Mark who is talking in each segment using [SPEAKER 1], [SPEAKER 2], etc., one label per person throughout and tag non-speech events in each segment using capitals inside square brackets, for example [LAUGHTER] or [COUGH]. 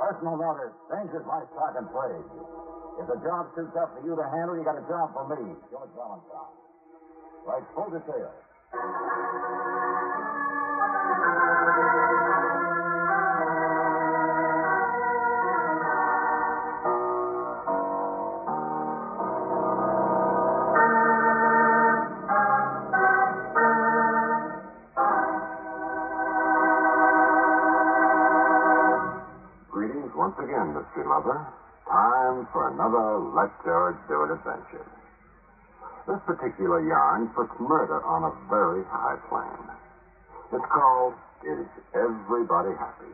[SPEAKER 1] Personal notice. Things is my stock and trade. If the job suits up for you to handle, you got a job for me, George Valentine. Right full detail.
[SPEAKER 2] Greetings once again, mystery lover. Time for another Let George Do It adventure. This particular yarn puts murder on a very high plane. It's called Is Everybody Happy?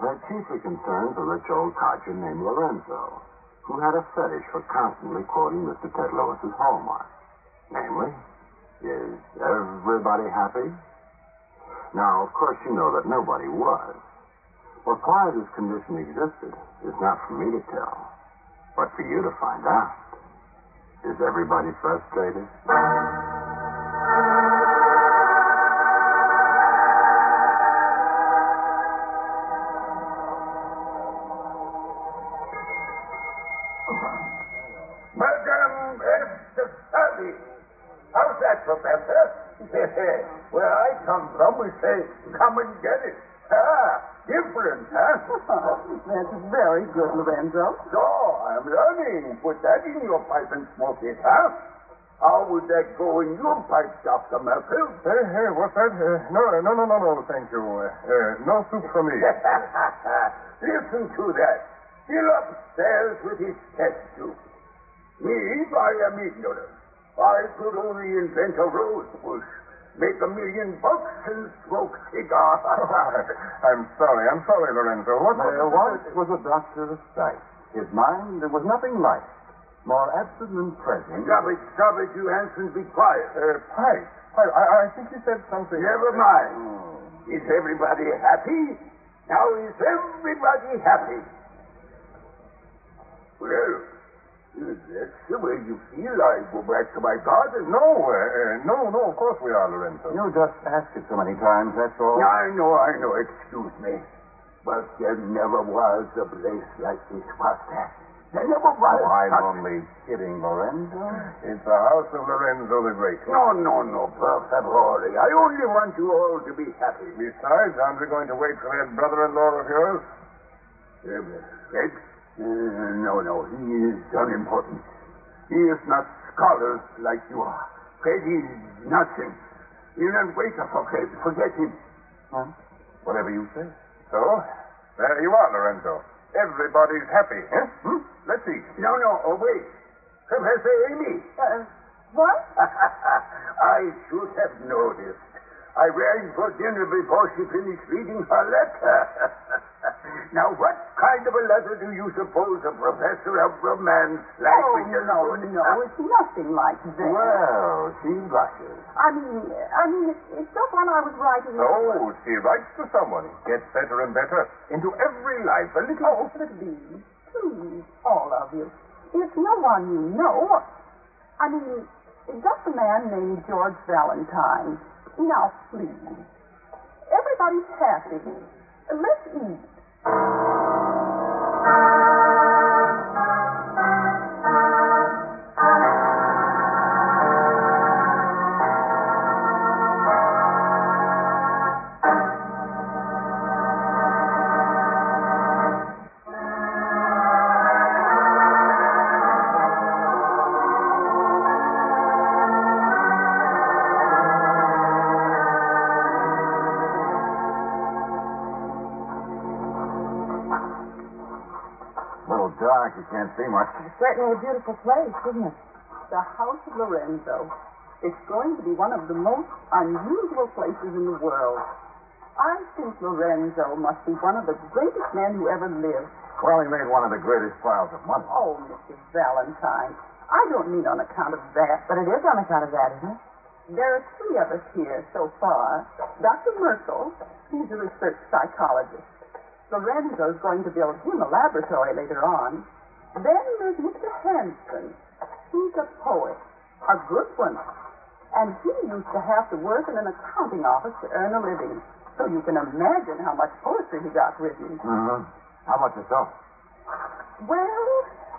[SPEAKER 2] And it chiefly concerns a rich old codger named Lorenzo, who had a fetish for constantly quoting Mr. Ted Lewis's hallmark. Namely, Is Everybody Happy? Now, of course, you know that nobody was. What why this condition existed is not for me to tell, but for you to find out. Is everybody frustrated?
[SPEAKER 3] Madame Estefani. How's that, Professor? [LAUGHS] Where I come from, we say, come and get it. Ah, different, huh?
[SPEAKER 4] [LAUGHS] That's very good, Lorenzo.
[SPEAKER 3] so, I'm learning. Put that in your pipe and smoke it, huh? How would that go in your pipe, Dr. Merkel?
[SPEAKER 5] Hey, hey, Eh, what's that? Uh, no, no, no, no, no, thank you. Uh, uh, no soup for me. [LAUGHS]
[SPEAKER 3] [LAUGHS] Listen to that. Still upstairs with his test tube. Me, I am ignorant. I could only invent a rose bush, make a million bucks, and smoke cigars.
[SPEAKER 5] [LAUGHS] I'm sorry, I'm sorry, Lorenzo. What
[SPEAKER 2] There once was a doctor of sight. His mind, there was nothing like it, more absent than present.
[SPEAKER 3] Stop it, stop it, you Hanson, be quiet.
[SPEAKER 5] Uh, pipe. Pipe. I, I think he said something.
[SPEAKER 3] Never mind. Is everybody happy? Now is everybody happy? Well, if that's the way you feel, I go back to my garden.
[SPEAKER 5] No, uh, uh, no, no, of course we are, Lorenzo.
[SPEAKER 2] You just ask it so many times, that's all.
[SPEAKER 3] I know, I know. Excuse me. But there never was a place like this, was there? There never was.
[SPEAKER 2] Oh, I'm
[SPEAKER 3] such-
[SPEAKER 2] only kidding, Lorenzo.
[SPEAKER 5] It's the house of Lorenzo the Great.
[SPEAKER 3] No, no, no, per favore. I only want you all to be happy.
[SPEAKER 5] Besides, aren't we going to wait for that brother-in-law of yours?
[SPEAKER 3] Uh, Fred? Uh, no, no, he is unimportant. He is not scholars like you are. Fred is nothing. You don't wait for Fred. Forget him.
[SPEAKER 5] Whatever you say. So, there you are, Lorenzo. Everybody's happy, eh? Hmm? Let's eat.
[SPEAKER 3] No, no, oh, wait. Professor Amy.
[SPEAKER 4] Uh, what?
[SPEAKER 3] [LAUGHS] I should have noticed. I rang for dinner before she finished reading her letter. [LAUGHS] now, what kind of a letter do you suppose a professor of romance
[SPEAKER 4] Oh,
[SPEAKER 3] language
[SPEAKER 4] no, no, it's nothing like that.
[SPEAKER 2] Well, she blushes.
[SPEAKER 4] I mean, I mean, it's- it's just when I was writing.
[SPEAKER 5] Oh, she writes to someone. Gets better and better. Into every life a little.
[SPEAKER 4] Oh, please, please, all of you. It's no one you know. I mean, just a man named George Valentine. Now, please. Everybody's happy. Let's eat.
[SPEAKER 2] little dark, you can't see much.
[SPEAKER 6] Certainly a beautiful place, isn't it?
[SPEAKER 4] The House of Lorenzo. It's going to be one of the most unusual places in the world. I think Lorenzo must be one of the greatest men who ever lived.
[SPEAKER 2] Well, he made one of the greatest piles of money.
[SPEAKER 4] Oh, Mr. Valentine, I don't mean on account of that.
[SPEAKER 6] But it is on account of that, isn't it?
[SPEAKER 4] There are three of us here so far. Dr. Merkel, he's a research psychologist. Lorenzo's going to build him a laboratory later on. Then there's Mr. Hanson. He's a poet, a good one. And he used to have to work in an accounting office to earn a living. So you can imagine how much poetry he got written.
[SPEAKER 2] Mm-hmm. How about yourself?
[SPEAKER 3] Well,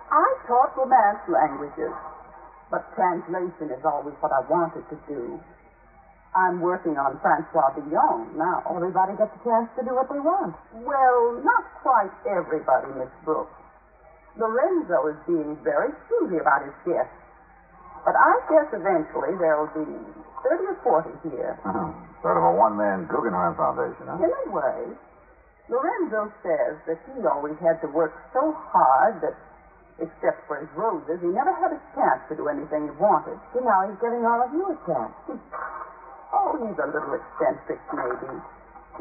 [SPEAKER 3] I taught Romance languages, but translation is always what I wanted to do. I'm working on Francois Villon now.
[SPEAKER 7] Everybody gets a chance to do what they want.
[SPEAKER 3] Well, not quite everybody, Miss Brooks. Lorenzo is being very choosy about his guests, but I guess eventually there'll be 30 or 40 here.
[SPEAKER 2] sort of a one-man Guggenheim Foundation, huh?
[SPEAKER 3] Anyway, Lorenzo says that he always had to work so hard that, except for his roses, he never had a chance to do anything he wanted.
[SPEAKER 7] So now he's giving all of you a chance.
[SPEAKER 3] [LAUGHS] Oh, he's a little eccentric, maybe.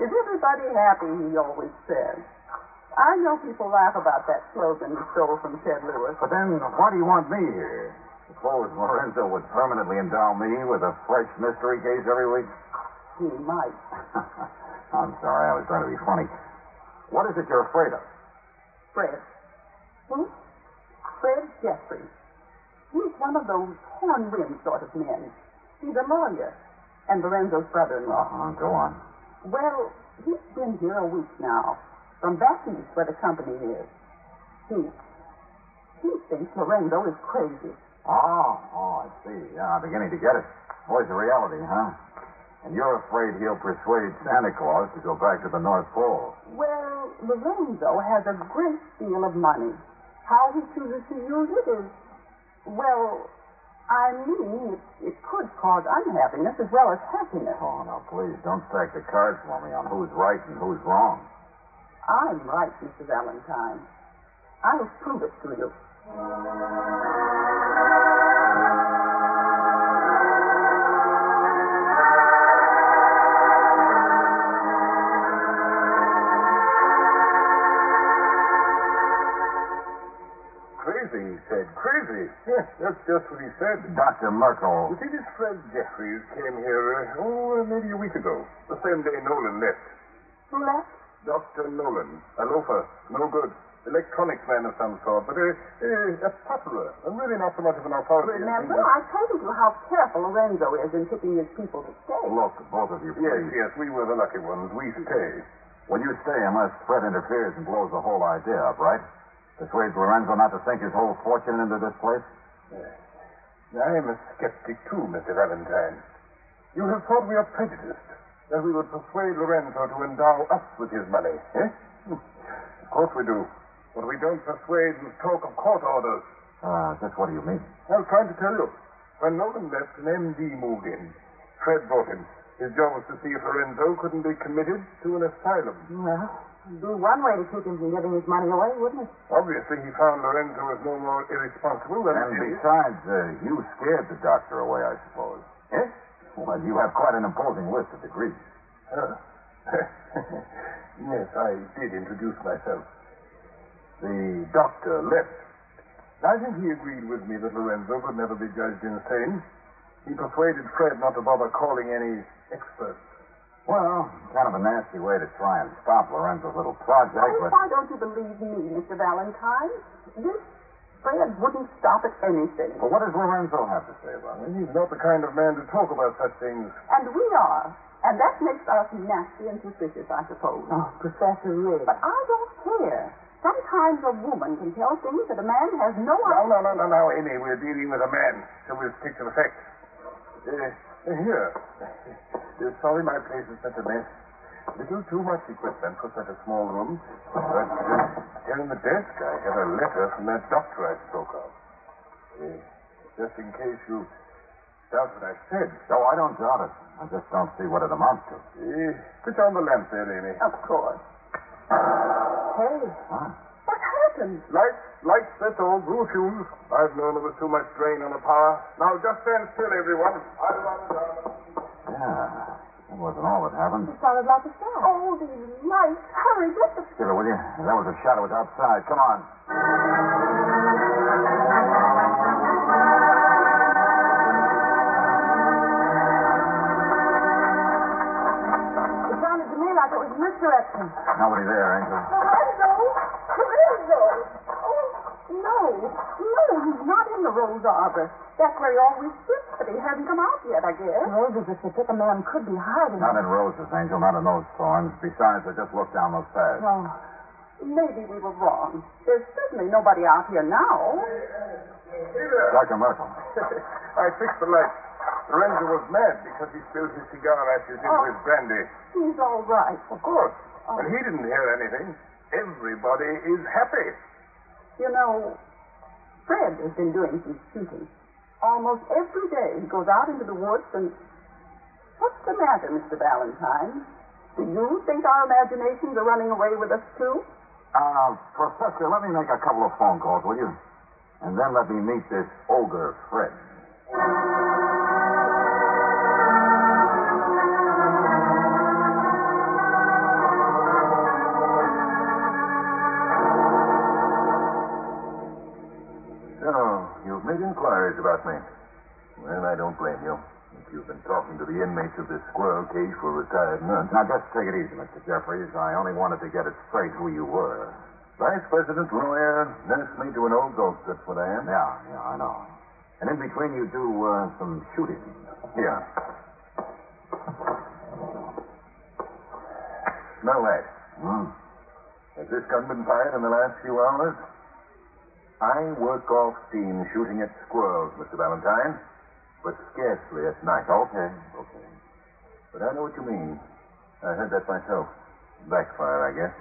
[SPEAKER 3] Is everybody happy, he always says. I know people laugh about that slogan he stole from Ted Lewis.
[SPEAKER 2] But then, why do you want me here? Suppose Lorenzo would permanently endow me with a fresh mystery case every week? [LAUGHS]
[SPEAKER 3] He might.
[SPEAKER 2] I'm sorry, I was trying to be funny. What is it you're afraid of?
[SPEAKER 3] Fred. Hmm? Fred Jeffries. He's one of those horn-rimmed sort of men. He's a lawyer and Lorenzo's brother-in-law.
[SPEAKER 2] Uh-huh, go on.
[SPEAKER 3] Well, he's been here a week now, from back east where the company is. He, he thinks Lorenzo is crazy.
[SPEAKER 2] Oh, oh, I see. Yeah, I'm beginning to get it. Voice of reality, huh? And you're afraid he'll persuade Santa Claus to go back to the North Pole.
[SPEAKER 3] Well, Lorenzo has a great deal of money. How he chooses to use it is, well, I mean, it, it could cause unhappiness as well as happiness.
[SPEAKER 2] Oh, now, please, don't stack the cards for me on who's right and who's wrong.
[SPEAKER 3] I'm right, Mrs. Valentine. I'll prove it to you.
[SPEAKER 5] Crazy, he said. Crazy. Yes, that's just what he said.
[SPEAKER 2] Dr. Merkel.
[SPEAKER 5] You see, this Fred Jeffries came here, uh, oh, uh, maybe a week ago, the same day Nolan left.
[SPEAKER 3] Left?
[SPEAKER 5] Dr. Nolan, a loafer, no good, electronics man of some sort, but a, a, a popular, and really not so much of an authority. as
[SPEAKER 3] Remember,
[SPEAKER 5] he was.
[SPEAKER 3] I told you how careful Lorenzo is in picking his people to stay.
[SPEAKER 2] Look, both of you,
[SPEAKER 5] Yes,
[SPEAKER 2] please.
[SPEAKER 5] yes, we were the lucky ones. We stayed.
[SPEAKER 2] When you stay, unless Fred interferes and blows the whole idea up, right? Persuades Lorenzo not to sink his whole fortune into this place?
[SPEAKER 5] I am a skeptic too, Mr. Valentine. You have thought we are prejudiced, that we would persuade Lorenzo to endow us with his money, eh? [LAUGHS] Hmm. Of course we do. But we don't persuade and talk of court orders.
[SPEAKER 2] Uh, just what do you mean?
[SPEAKER 5] I was trying to tell you. When Nolan left, an MD moved in. Fred brought him. His job was to see if Lorenzo couldn't be committed to an asylum.
[SPEAKER 7] Well, it'd be one way to keep him from giving his money away, wouldn't it?
[SPEAKER 5] Obviously, he found Lorenzo was no more irresponsible than
[SPEAKER 2] And
[SPEAKER 5] he is.
[SPEAKER 2] besides, uh, you scared the doctor away, I suppose.
[SPEAKER 5] Eh?
[SPEAKER 2] Well, you have quite an imposing list of degrees.
[SPEAKER 5] Huh. [LAUGHS] yes, I did introduce myself. The doctor left. I think he agreed with me that Lorenzo could never be judged insane. He persuaded Fred not to bother calling any experts.
[SPEAKER 2] Well, kind of a nasty way to try and stop Lorenzo's little project,
[SPEAKER 3] Oh,
[SPEAKER 2] but
[SPEAKER 3] why don't you believe me, Mr. Valentine? This Fred wouldn't stop at anything.
[SPEAKER 2] Well, what does Lorenzo have to say about it?
[SPEAKER 5] And he's not the kind of man to talk about such things.
[SPEAKER 3] And we are. And that makes us nasty and suspicious, I suppose.
[SPEAKER 7] Oh, Professor Riggs.
[SPEAKER 3] But I don't care. Sometimes a woman can tell things that a man has no
[SPEAKER 5] No,
[SPEAKER 3] idea.
[SPEAKER 5] no, no, no, no, Amy. We're dealing with a man, so we'll stick to the facts. Uh, here. Uh, sorry my place is such a mess. Little too much equipment for such a small room. But uh, here in the desk, I have a letter from that doctor I spoke of. Uh, just in case you doubt what I said.
[SPEAKER 2] No, I don't doubt it. I just don't see what it amounts to.
[SPEAKER 5] Uh, put on the lamp there, Amy.
[SPEAKER 3] Of course. Hey,
[SPEAKER 2] Huh?
[SPEAKER 3] what happened?
[SPEAKER 5] Lights, lights, that's all. Blue fumes. I've known there was too much drain on the power. Now just stand still, everyone. I'll run down.
[SPEAKER 2] Yeah. That wasn't all that happened.
[SPEAKER 7] It sounded like a shot.
[SPEAKER 3] Oh, these lights. Hurry, get the...
[SPEAKER 2] Give it, will you? That was a shot. It was outside. Come on.
[SPEAKER 7] It sounded to me like it was misdirection.
[SPEAKER 2] Nobody there, Angel.
[SPEAKER 3] Lorenzo! Lorenzo! Oh, no. No, he's not in the rose arbor. That's where he always sits, but he hasn't come out yet, I guess.
[SPEAKER 7] Roses are so thick a man could be hiding.
[SPEAKER 2] Not in roses, Angel. Not in those thorns. Besides, I just looked down those paths.
[SPEAKER 7] Oh,
[SPEAKER 3] Maybe we were wrong. There's certainly nobody out here now.
[SPEAKER 2] Dr. Merkel.
[SPEAKER 5] [LAUGHS] I fixed the light. Lorenzo was mad because he spilled his cigar ashes into
[SPEAKER 3] Oh.
[SPEAKER 5] his brandy.
[SPEAKER 3] He's all right.
[SPEAKER 5] Of course.
[SPEAKER 3] Oh.
[SPEAKER 5] But he didn't hear anything. Everybody is happy.
[SPEAKER 3] You know, Fred has been doing some shooting. Almost every day he goes out into the woods and. What's the matter, Mr. Valentine? Do you think our imaginations are running away with us, too?
[SPEAKER 2] Uh, Professor, let me make a couple of phone calls, will you? And then let me meet this ogre, Fred.
[SPEAKER 5] So, you've made inquiries about me. Well, I don't blame you. If you've been talking to the inmates of this squirrel cage for retired nuns.
[SPEAKER 2] Now, just take it easy, Mr. Jeffries. I only wanted to get it straight who you were.
[SPEAKER 5] Vice president, lawyer, nurse me to an old ghost, that's what I am.
[SPEAKER 2] Yeah, yeah, I know. And in between, you do uh, some shooting.
[SPEAKER 5] Yeah. Smell that.
[SPEAKER 2] Hmm?
[SPEAKER 5] Has this gun been fired in the last few hours? I work off steam shooting at squirrels, Mr. Valentine, but scarcely at night.
[SPEAKER 2] Okay, okay.
[SPEAKER 5] But I know what you mean. I heard that myself. Backfire, I guess.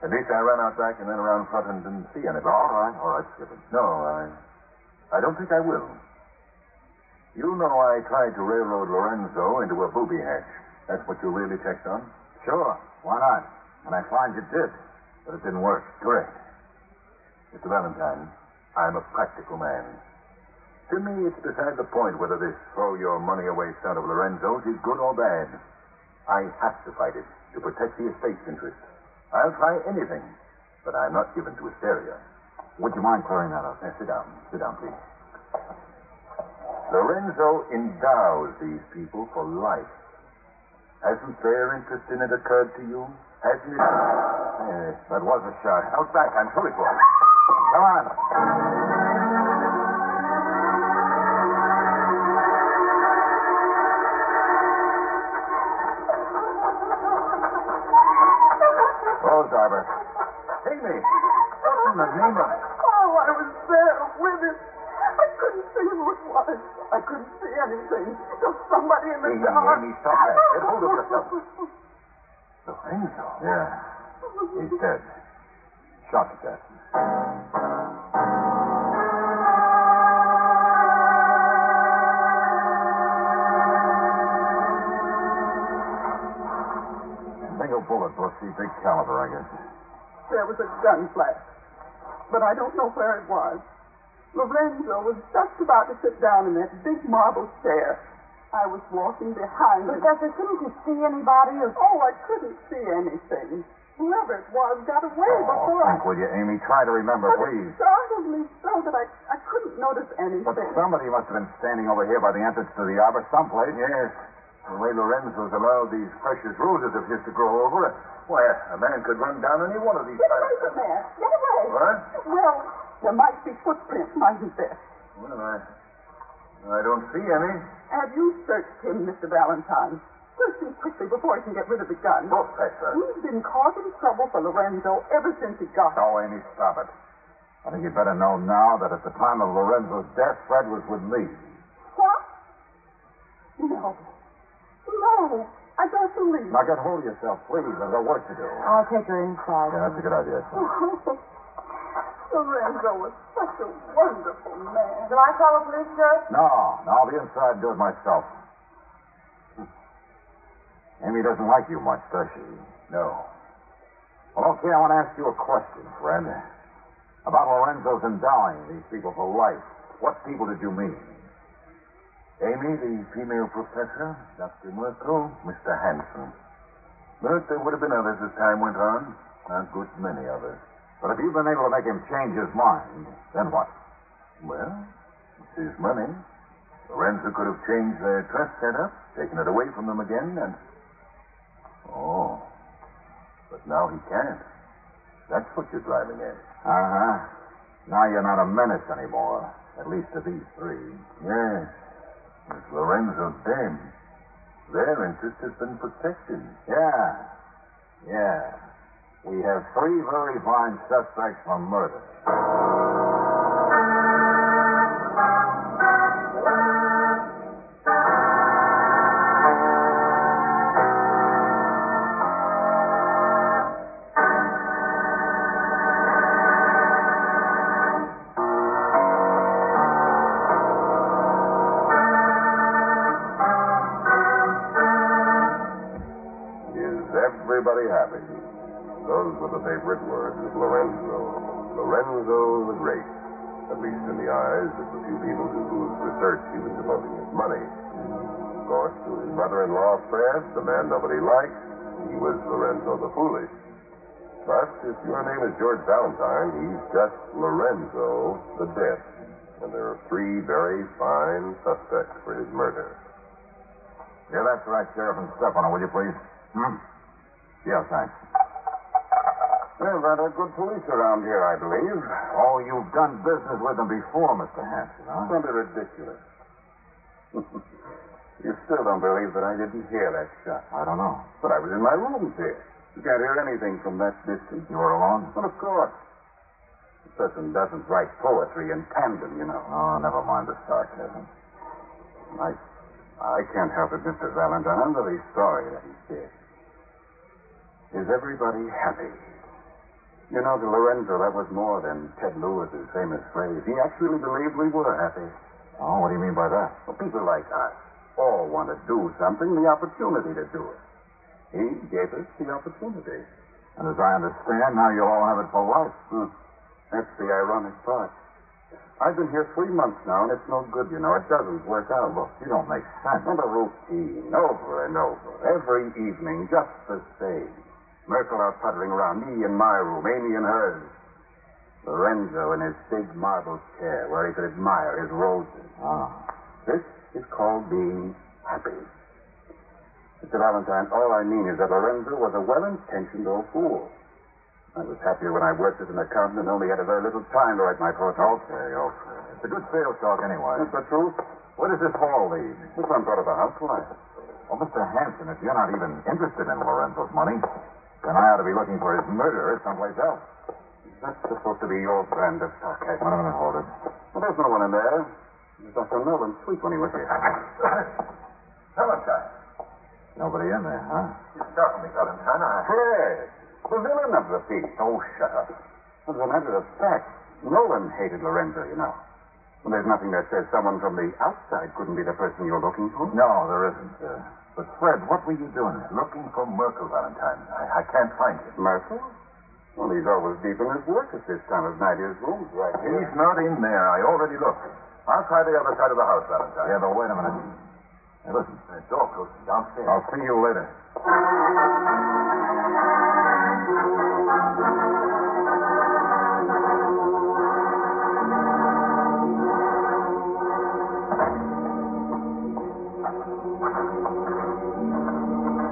[SPEAKER 5] At least I ran out back and then around front and didn't see anybody.
[SPEAKER 2] All right, all right, Skipper.
[SPEAKER 5] No, I, I don't think I will. You know I tried to railroad Lorenzo into a booby hatch. That's what you really checked on?
[SPEAKER 2] Sure, why not? And I find you did, but it didn't work.
[SPEAKER 5] Correct. Mr. Valentine, I'm a practical man. To me, it's beside the point whether this throw your money away stunt of Lorenzo's is good or bad. I have to fight it to protect the estate's interest. I'll try anything, but I'm not given to hysteria.
[SPEAKER 2] Would you mind clearing that up?
[SPEAKER 5] Now, sit down. Sit down, please. Lorenzo endows these people for life. Hasn't their interest in it occurred to you? Hasn't it? Eh,
[SPEAKER 2] Yes, that was a shot.
[SPEAKER 5] Out back. I'm sure it was.
[SPEAKER 2] Come on.
[SPEAKER 5] Oh, driver. Take me. What in the name of...
[SPEAKER 3] Oh, I was there with him. I couldn't see who it was. I couldn't see anything. Just somebody in the
[SPEAKER 5] Amy,
[SPEAKER 3] dark.
[SPEAKER 5] Amy, stop that. Get hold of yourself.
[SPEAKER 3] [LAUGHS]
[SPEAKER 5] Lorenzo?
[SPEAKER 2] Yeah, he's dead. Shot to death. Single bullet, Bussy. Big caliber, I guess.
[SPEAKER 3] There was a gun flash, but I don't know where it was. Lorenzo was just about to sit down in that big marble chair. I was walking behind him.
[SPEAKER 8] Professor, couldn't you see anybody? Or...
[SPEAKER 3] Oh, I couldn't see anything. Whoever it was got away
[SPEAKER 2] Oh,
[SPEAKER 3] before I.
[SPEAKER 2] think, will you, Amy? Try to remember,
[SPEAKER 3] But it
[SPEAKER 2] please.
[SPEAKER 3] startled me so that I, I couldn't notice anything.
[SPEAKER 2] But somebody must have been standing over here by the entrance to the arbor someplace.
[SPEAKER 5] Yes. The way Lorenzo's allowed these precious roses of his to grow over, why, a man could run down any one of these.
[SPEAKER 3] Get away from there! Get away!
[SPEAKER 5] What?
[SPEAKER 3] Well, there might be footprints, mightn't there?
[SPEAKER 5] Well, I, I don't see any.
[SPEAKER 3] Have you searched him, Mr. Valentine? Search him quickly before he can get rid of the gun.
[SPEAKER 2] uh,
[SPEAKER 5] Professor.
[SPEAKER 3] He's been causing trouble for Lorenzo ever since he got
[SPEAKER 2] No, Amy, stop it. I think you'd better know now that at the time of Lorenzo's death, Fred was with me.
[SPEAKER 3] What? No. No. I don't believe
[SPEAKER 2] Now get hold of yourself, please. I've got work to do.
[SPEAKER 8] I'll take her inside.
[SPEAKER 2] Yeah, that's a good idea, son.
[SPEAKER 3] [LAUGHS] Lorenzo was such a wonderful man.
[SPEAKER 8] Shall I call the police, sir?
[SPEAKER 2] No, no, I'll be inside and do it myself. Hmm. Amy doesn't like you much, does she?
[SPEAKER 5] No.
[SPEAKER 2] Well, okay, I want to ask you a question, Fred. About Lorenzo's endowing these people for life. What people did you mean?
[SPEAKER 5] Amy, the female professor, Dr. Merkel, Mr. Hanson. But there would have been others as time went on. A good many others.
[SPEAKER 2] But if you've been able to make him change his mind, then what?
[SPEAKER 5] Well, it's his money. Lorenzo could have changed their trust setup, taken it away from them again, and. Oh. But now he can't. That's what you're driving at.
[SPEAKER 2] Uh huh. Now you're not a menace anymore, at least to these three.
[SPEAKER 5] Yes. It's Lorenzo dead. Their interest has been protected.
[SPEAKER 2] Yeah. Yeah.
[SPEAKER 5] we have three very fine suspects for murder.
[SPEAKER 9] Is everybody happy? Those were the favorite words of Lorenzo. Lorenzo the Great. At least in the eyes of the few people to whose research he was devoting his money. Of course, to his mother-in-law, Fred, the man nobody liked, he was Lorenzo the Foolish. But if your name is George Valentine, he's just Lorenzo the Death. And there are three very fine suspects for his murder.
[SPEAKER 2] Yeah, that's right, Sheriff. And step on it, will you, please? Hmm? Yeah, thanks.
[SPEAKER 5] They're rather good police around here, I believe.
[SPEAKER 2] Oh, you've done business with them before, Mr. Hanson, huh?
[SPEAKER 5] Something ridiculous. [LAUGHS] you still don't believe that I didn't hear that shot.
[SPEAKER 2] I don't know.
[SPEAKER 5] But I was in my rooms here. You can't hear anything from that distance.
[SPEAKER 2] You were alone?
[SPEAKER 5] Well, of course. A person doesn't write poetry in tandem, you know.
[SPEAKER 2] Oh, never mind the sarcasm.
[SPEAKER 5] I, I can't help it, Mr. Valentine. I'm really sorry that he's dead. Is everybody happy? You know, to Lorenzo, that was more than Ted Lewis's famous phrase. He actually believed we were happy.
[SPEAKER 2] Oh, what do you mean by that?
[SPEAKER 5] Well, people like us all want to do something, the opportunity to do it. He gave us the opportunity.
[SPEAKER 2] And as I understand, now you'll all have it for life.
[SPEAKER 5] Hmm. That's the ironic part. I've been here three months now, and it's no good, you know. It doesn't work out.
[SPEAKER 2] Look, you don't make sense.
[SPEAKER 5] And the routine, over and over, every evening, just the same. Merkel out puttering around, me in my room, Amy in hers. Lorenzo in his big marble chair where he could admire his roses.
[SPEAKER 2] Ah.
[SPEAKER 5] This is called being happy. Mr. Valentine, all I mean is that Lorenzo was a well-intentioned old fool. I was happier when I worked as an accountant and only had a very little time to write my poetry.
[SPEAKER 2] Okay, okay. It's a good sales talk anyway.
[SPEAKER 5] That's the truth.
[SPEAKER 2] Where does this hall lead?
[SPEAKER 5] This one part of the house, why?
[SPEAKER 2] Well, Mr. Hanson, if you're not even interested in Lorenzo's money, then I ought to be looking for his murderer someplace else.
[SPEAKER 5] That's supposed to be your brand of sarcasm.
[SPEAKER 2] Wait a minute, hold it.
[SPEAKER 5] Well, there's no one in there. It was Dr. Nolan sweet when he was here.
[SPEAKER 10] Valentine,
[SPEAKER 2] Nobody in there, huh?
[SPEAKER 10] you startled me, Valentine. I...
[SPEAKER 5] Fred, the villain of the piece.
[SPEAKER 10] Oh, shut up.
[SPEAKER 5] As a matter of fact, Nolan hated Lorenzo, you know. And there's nothing that says someone from the outside couldn't be the person you're looking for.
[SPEAKER 2] No, there isn't. Uh, but Fred, what were you doing there?
[SPEAKER 10] Looking for Merkel, Valentine. I, I can't find him.
[SPEAKER 5] Mercer? Well, he's always deep in his work at this time of night. His room's right here.
[SPEAKER 10] He's not in there. I already looked. I'll try the other side of the house, Valentine.
[SPEAKER 2] Yeah, but wait a minute. Now, listen, Oh,
[SPEAKER 10] The door closes downstairs.
[SPEAKER 2] I'll see you later.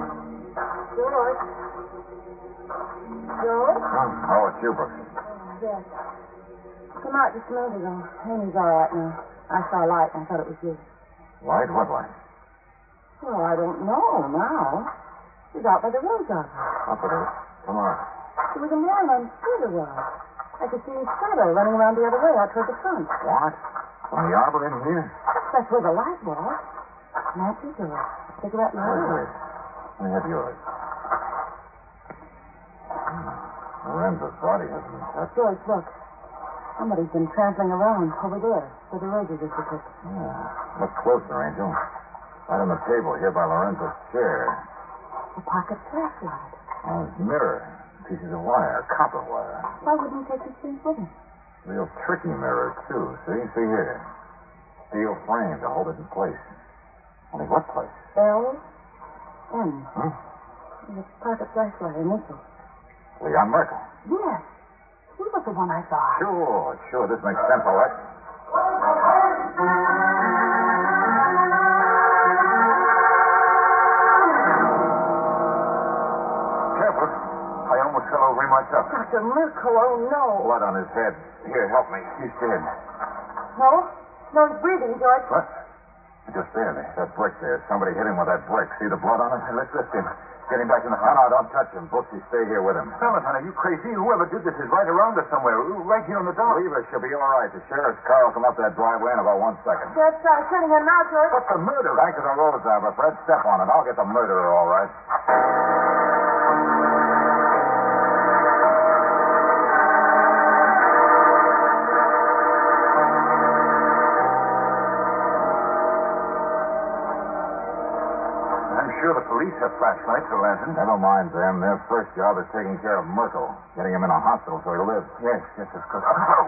[SPEAKER 3] George. George?
[SPEAKER 2] Oh, it's you, Brooks.
[SPEAKER 3] Yes. Come out just a minute ago. Amy's all right now. I saw a light and I thought it was you.
[SPEAKER 2] Light? What light?
[SPEAKER 3] Well, I don't know now. She's out by the rose arbour.
[SPEAKER 2] Up with it. Come on.
[SPEAKER 3] She was a man, I'm sure there was. I could see his shadow running around the other way out toward the front.
[SPEAKER 2] What? From the arbor in here?
[SPEAKER 3] That's where the light was. Nancy George. Cigarette in her
[SPEAKER 2] Wait,
[SPEAKER 3] hand.
[SPEAKER 2] wait. Let me have yours. Hmm. Lorenzo's body hasn't been touched.
[SPEAKER 3] George, look. Somebody's been trampling around over there where the roses are picked.
[SPEAKER 2] Yeah. Look closer, Angel. Right on the table here by Lorenzo's chair.
[SPEAKER 3] A pocket flashlight.
[SPEAKER 2] On his mirror. Pieces of wire, copper wire.
[SPEAKER 3] Why wouldn't he take these things with him?
[SPEAKER 2] Real tricky mirror, too. See? See here. Steel frame to hold it in place. Only what place?
[SPEAKER 3] L. M.
[SPEAKER 2] Hmm?
[SPEAKER 3] The pocket flashlight initial.
[SPEAKER 2] Leon Merkel.
[SPEAKER 3] Yes. He was the one I saw.
[SPEAKER 2] Sure, sure. This makes sense, all right.
[SPEAKER 10] Careful. I almost fell over him myself.
[SPEAKER 3] Dr. Merkel, oh no.
[SPEAKER 2] Blood on his head. Here, help me. He's dead.
[SPEAKER 3] No? No, he's breathing, George.
[SPEAKER 2] What? Just there, that brick there. Somebody hit him with that brick. See the blood on it?
[SPEAKER 10] Let's lift him.
[SPEAKER 1] Get him back in the house.
[SPEAKER 2] No, no, don't touch him. Books, you stay here with him.
[SPEAKER 5] Valentine, are you crazy? Whoever did this is right around us somewhere, right here on the dock.
[SPEAKER 2] Leave her. She'll be all right. The sheriff's car will come up that driveway in about one second.
[SPEAKER 6] Just uh, sitting here now, George.
[SPEAKER 5] But the murderer.
[SPEAKER 2] Back to the road, driver. Fred, step on it. I'll get the murderer all right.
[SPEAKER 5] I'm sure the police have flashlights or lanterns.
[SPEAKER 2] Never mind them. Their first job is taking care of Merkel, getting him in a hospital so he lives.
[SPEAKER 5] Yes, yes, of course. Oh,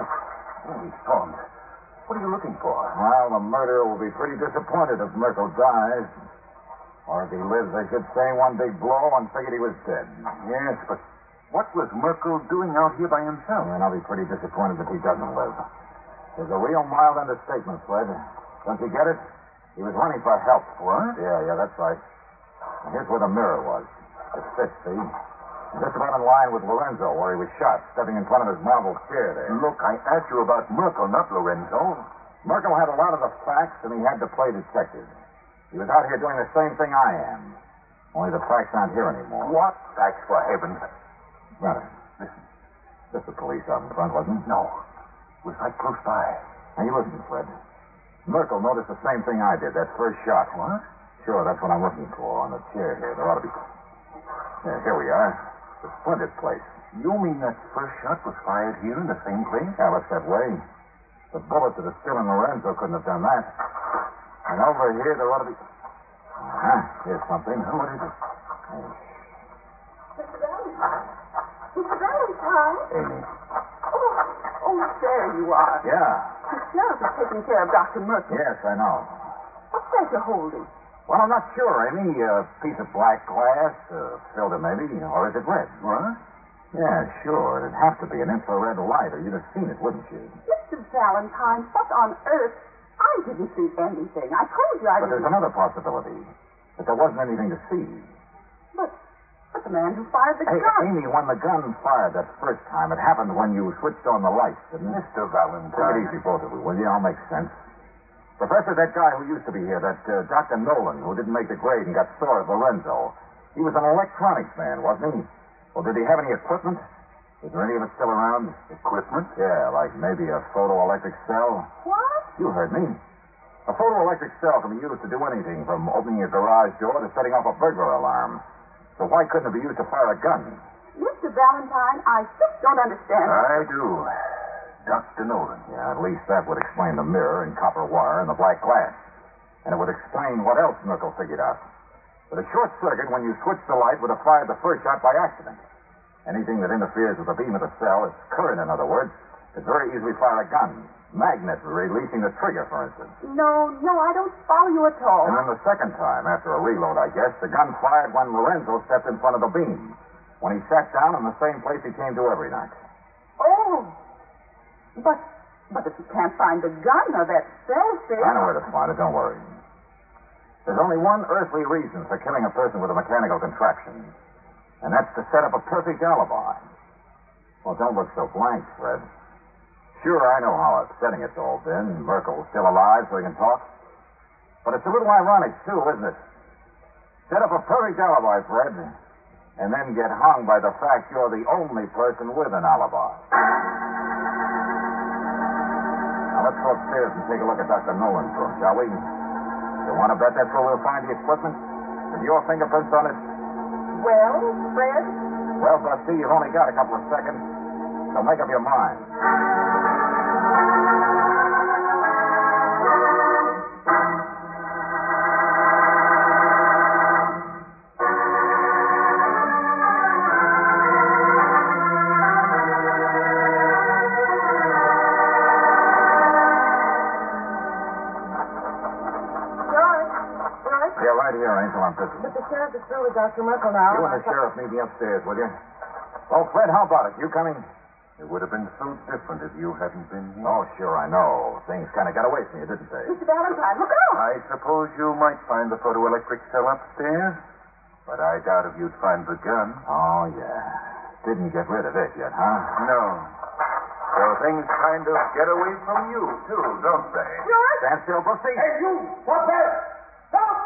[SPEAKER 5] holy storms. What are you looking for?
[SPEAKER 2] Well, the murderer will be pretty disappointed if Merkel dies. Or if he lives, I should say, one big blow and figured he was dead.
[SPEAKER 5] Yes, but what was Merkel doing out here by himself?
[SPEAKER 2] And I'll be pretty disappointed if he doesn't live. There's a real mild understatement, Fred. Don't you get it? He was running for help.
[SPEAKER 5] What?
[SPEAKER 2] Yeah, yeah, that's right. And here's where the mirror was. It fits, see? Just about in line with Lorenzo, where he was shot, stepping in front of his marble chair there.
[SPEAKER 5] Look, I asked you about Merkel, not Lorenzo.
[SPEAKER 2] Merkel had a lot of the facts, and he had to play detective. He was out here doing the same thing I am. Only the facts aren't here anymore.
[SPEAKER 5] What facts, for heaven's sake?
[SPEAKER 2] Brother,
[SPEAKER 5] Listen,
[SPEAKER 2] just the police out in front, wasn't it?
[SPEAKER 5] no. It was right close by.
[SPEAKER 2] Now, you listen, Fred. Merkel noticed the same thing I did, that first shot.
[SPEAKER 5] What?
[SPEAKER 2] Sure, that's what I'm looking for on the chair here. There ought to be. Yeah, here we are. The splendid place.
[SPEAKER 5] You mean that first shot was fired here in the same place?
[SPEAKER 2] Yeah, looks that way. The bullets that are still in Lorenzo couldn't have done that. And over here, there ought to be. Uh-huh. Here's something.
[SPEAKER 5] Now, what is it?
[SPEAKER 6] Mr. Valentine. Mr. Valentine.
[SPEAKER 2] Amy.
[SPEAKER 3] Oh, oh, there you are.
[SPEAKER 2] Yeah.
[SPEAKER 3] The sheriff is taking care of Dr. Merkel.
[SPEAKER 2] Yes, I know.
[SPEAKER 3] What's that you're holding?
[SPEAKER 2] Well, I'm not sure, Amy. A piece of black glass, uh, filter maybe, or is it red?
[SPEAKER 5] What?
[SPEAKER 2] Yeah, sure. It'd have to be an infrared light, or you'd have seen it, wouldn't you?
[SPEAKER 3] Mr. Valentine, what on earth? I didn't see anything. I told you I
[SPEAKER 2] But there's
[SPEAKER 3] didn't.
[SPEAKER 2] another possibility that there wasn't anything to see.
[SPEAKER 3] But, but the man who fired the
[SPEAKER 2] Hey,
[SPEAKER 3] gun.
[SPEAKER 2] Amy, when the gun fired that first time, it happened when you switched on the lights, didn't it?
[SPEAKER 5] Mr.
[SPEAKER 2] Take it
[SPEAKER 5] Valentine.
[SPEAKER 2] easy, both of you, will you? I'll make sense. Professor, that guy who used to be here, that uh, Dr. Nolan, who didn't make the grade and got sore at Lorenzo, he was an electronics man, wasn't he? Well, did he have any equipment? Is there any of it still around?
[SPEAKER 5] Equipment?
[SPEAKER 2] Yeah, like maybe a photoelectric cell.
[SPEAKER 3] What?
[SPEAKER 2] You heard me. A photoelectric cell can be used to do anything from opening a garage door to setting off a burglar alarm. So why couldn't it be used to fire a gun?
[SPEAKER 3] Mr. Valentine, I just don't understand.
[SPEAKER 5] I do. Dr. Nolan.
[SPEAKER 2] Yeah, at least that would explain the mirror and copper wire and the black glass. And it would explain what else Merkel figured out. But a short circuit when you switch the light would have fired the first shot by accident. Anything that interferes with the beam of the cell, its current, in other words, could very easily fire a gun. Magnet releasing the trigger, for instance.
[SPEAKER 3] No, no, I don't follow you at all.
[SPEAKER 2] And then the second time, after a reload, I guess, the gun fired when Lorenzo stepped in front of the beam. When he sat down in the same place he came to every night.
[SPEAKER 3] Oh. But but if you can't find the gun or that cell thing.
[SPEAKER 2] I know where to find it, don't worry. There's only one earthly reason for killing a person with a mechanical contraption, and that's to set up a perfect alibi. Well, don't look so blank, Fred. Sure, I know how upsetting it's all been. Merkel's still alive, so he can talk. But it's a little ironic, too, isn't it? Set up a perfect alibi, Fred, and then get hung by the fact you're the only person with an alibi. Now let's go upstairs and take a look at Dr. Nolan's room, shall we? You want to bet that's where we'll find the equipment? With your fingerprints on it?
[SPEAKER 3] Well, Fred,
[SPEAKER 2] Well, Busty, you've only got a couple of seconds, so make up your mind.
[SPEAKER 6] George. George.
[SPEAKER 2] Yeah, right here, Angel. I'm busy.
[SPEAKER 6] But the sheriff is through with Dr. Merkel now.
[SPEAKER 2] You and the sheriff meet me upstairs, will you? Oh, Fred, how about it? You coming?
[SPEAKER 5] It would have been so different if you hadn't been here.
[SPEAKER 2] Oh, sure, I know. Things kind of got away from you, didn't they?
[SPEAKER 3] Mr. Valentine, look out.
[SPEAKER 5] I suppose you might find the photoelectric cell upstairs, but I doubt if you'd find the gun.
[SPEAKER 2] Oh, yeah. Didn't get rid of it yet, huh?
[SPEAKER 5] No. So things kind of get away from you, too, don't they?
[SPEAKER 3] George,
[SPEAKER 2] Stand still, Busty.
[SPEAKER 11] Hey, you! What's that? Stop!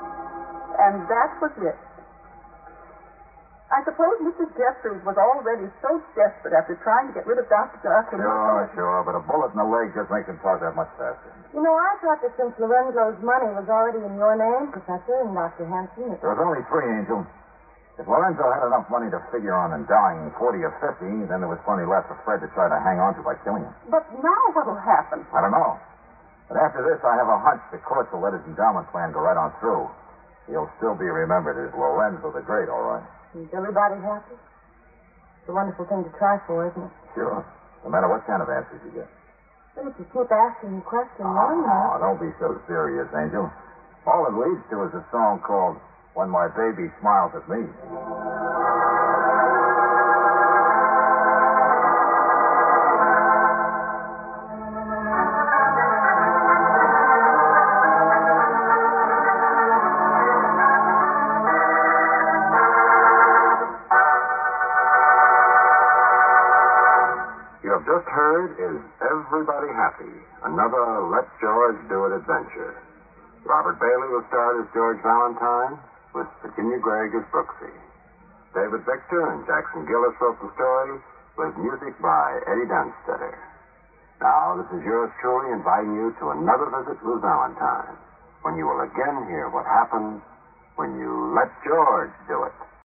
[SPEAKER 3] that was it. I suppose Mrs. Jeffries was already so desperate after trying to get rid of Dr. Duck and
[SPEAKER 2] Sure, sure, but a bullet in the leg just makes him talk that much faster.
[SPEAKER 12] You know, I thought that since Lorenzo's money was already in your name, Professor, and Dr. Hanson, it
[SPEAKER 2] There was only three, Angel. If Lorenzo had enough money to figure on in dying 40 or 50, then there was plenty left for Fred to try to hang on to by killing him.
[SPEAKER 3] But now what'll happen?
[SPEAKER 2] I don't know. But after this, I have a hunch the courts will let his endowment plan go right on through. He'll still be remembered as Lorenzo the Great, all right.
[SPEAKER 12] is everybody happy? It's a wonderful thing to try for, isn't it?
[SPEAKER 2] Sure. No matter what kind of answers you get.
[SPEAKER 12] But if you keep asking the question long enough,
[SPEAKER 2] Oh, don't be so serious, Angel. All it leads to is a song called When My Baby Smiles at Me.
[SPEAKER 5] You have just heard Is Everybody Happy? Another Let George Do It adventure. Robert Bailey was starred as George Valentine, with Virginia Gregg as Brooksy. David Victor and Jackson Gillis wrote the story, with music by Eddie Dunstetter. Now, this is yours truly inviting you to another visit with Valentine, when you will again hear what happens when you let George do it.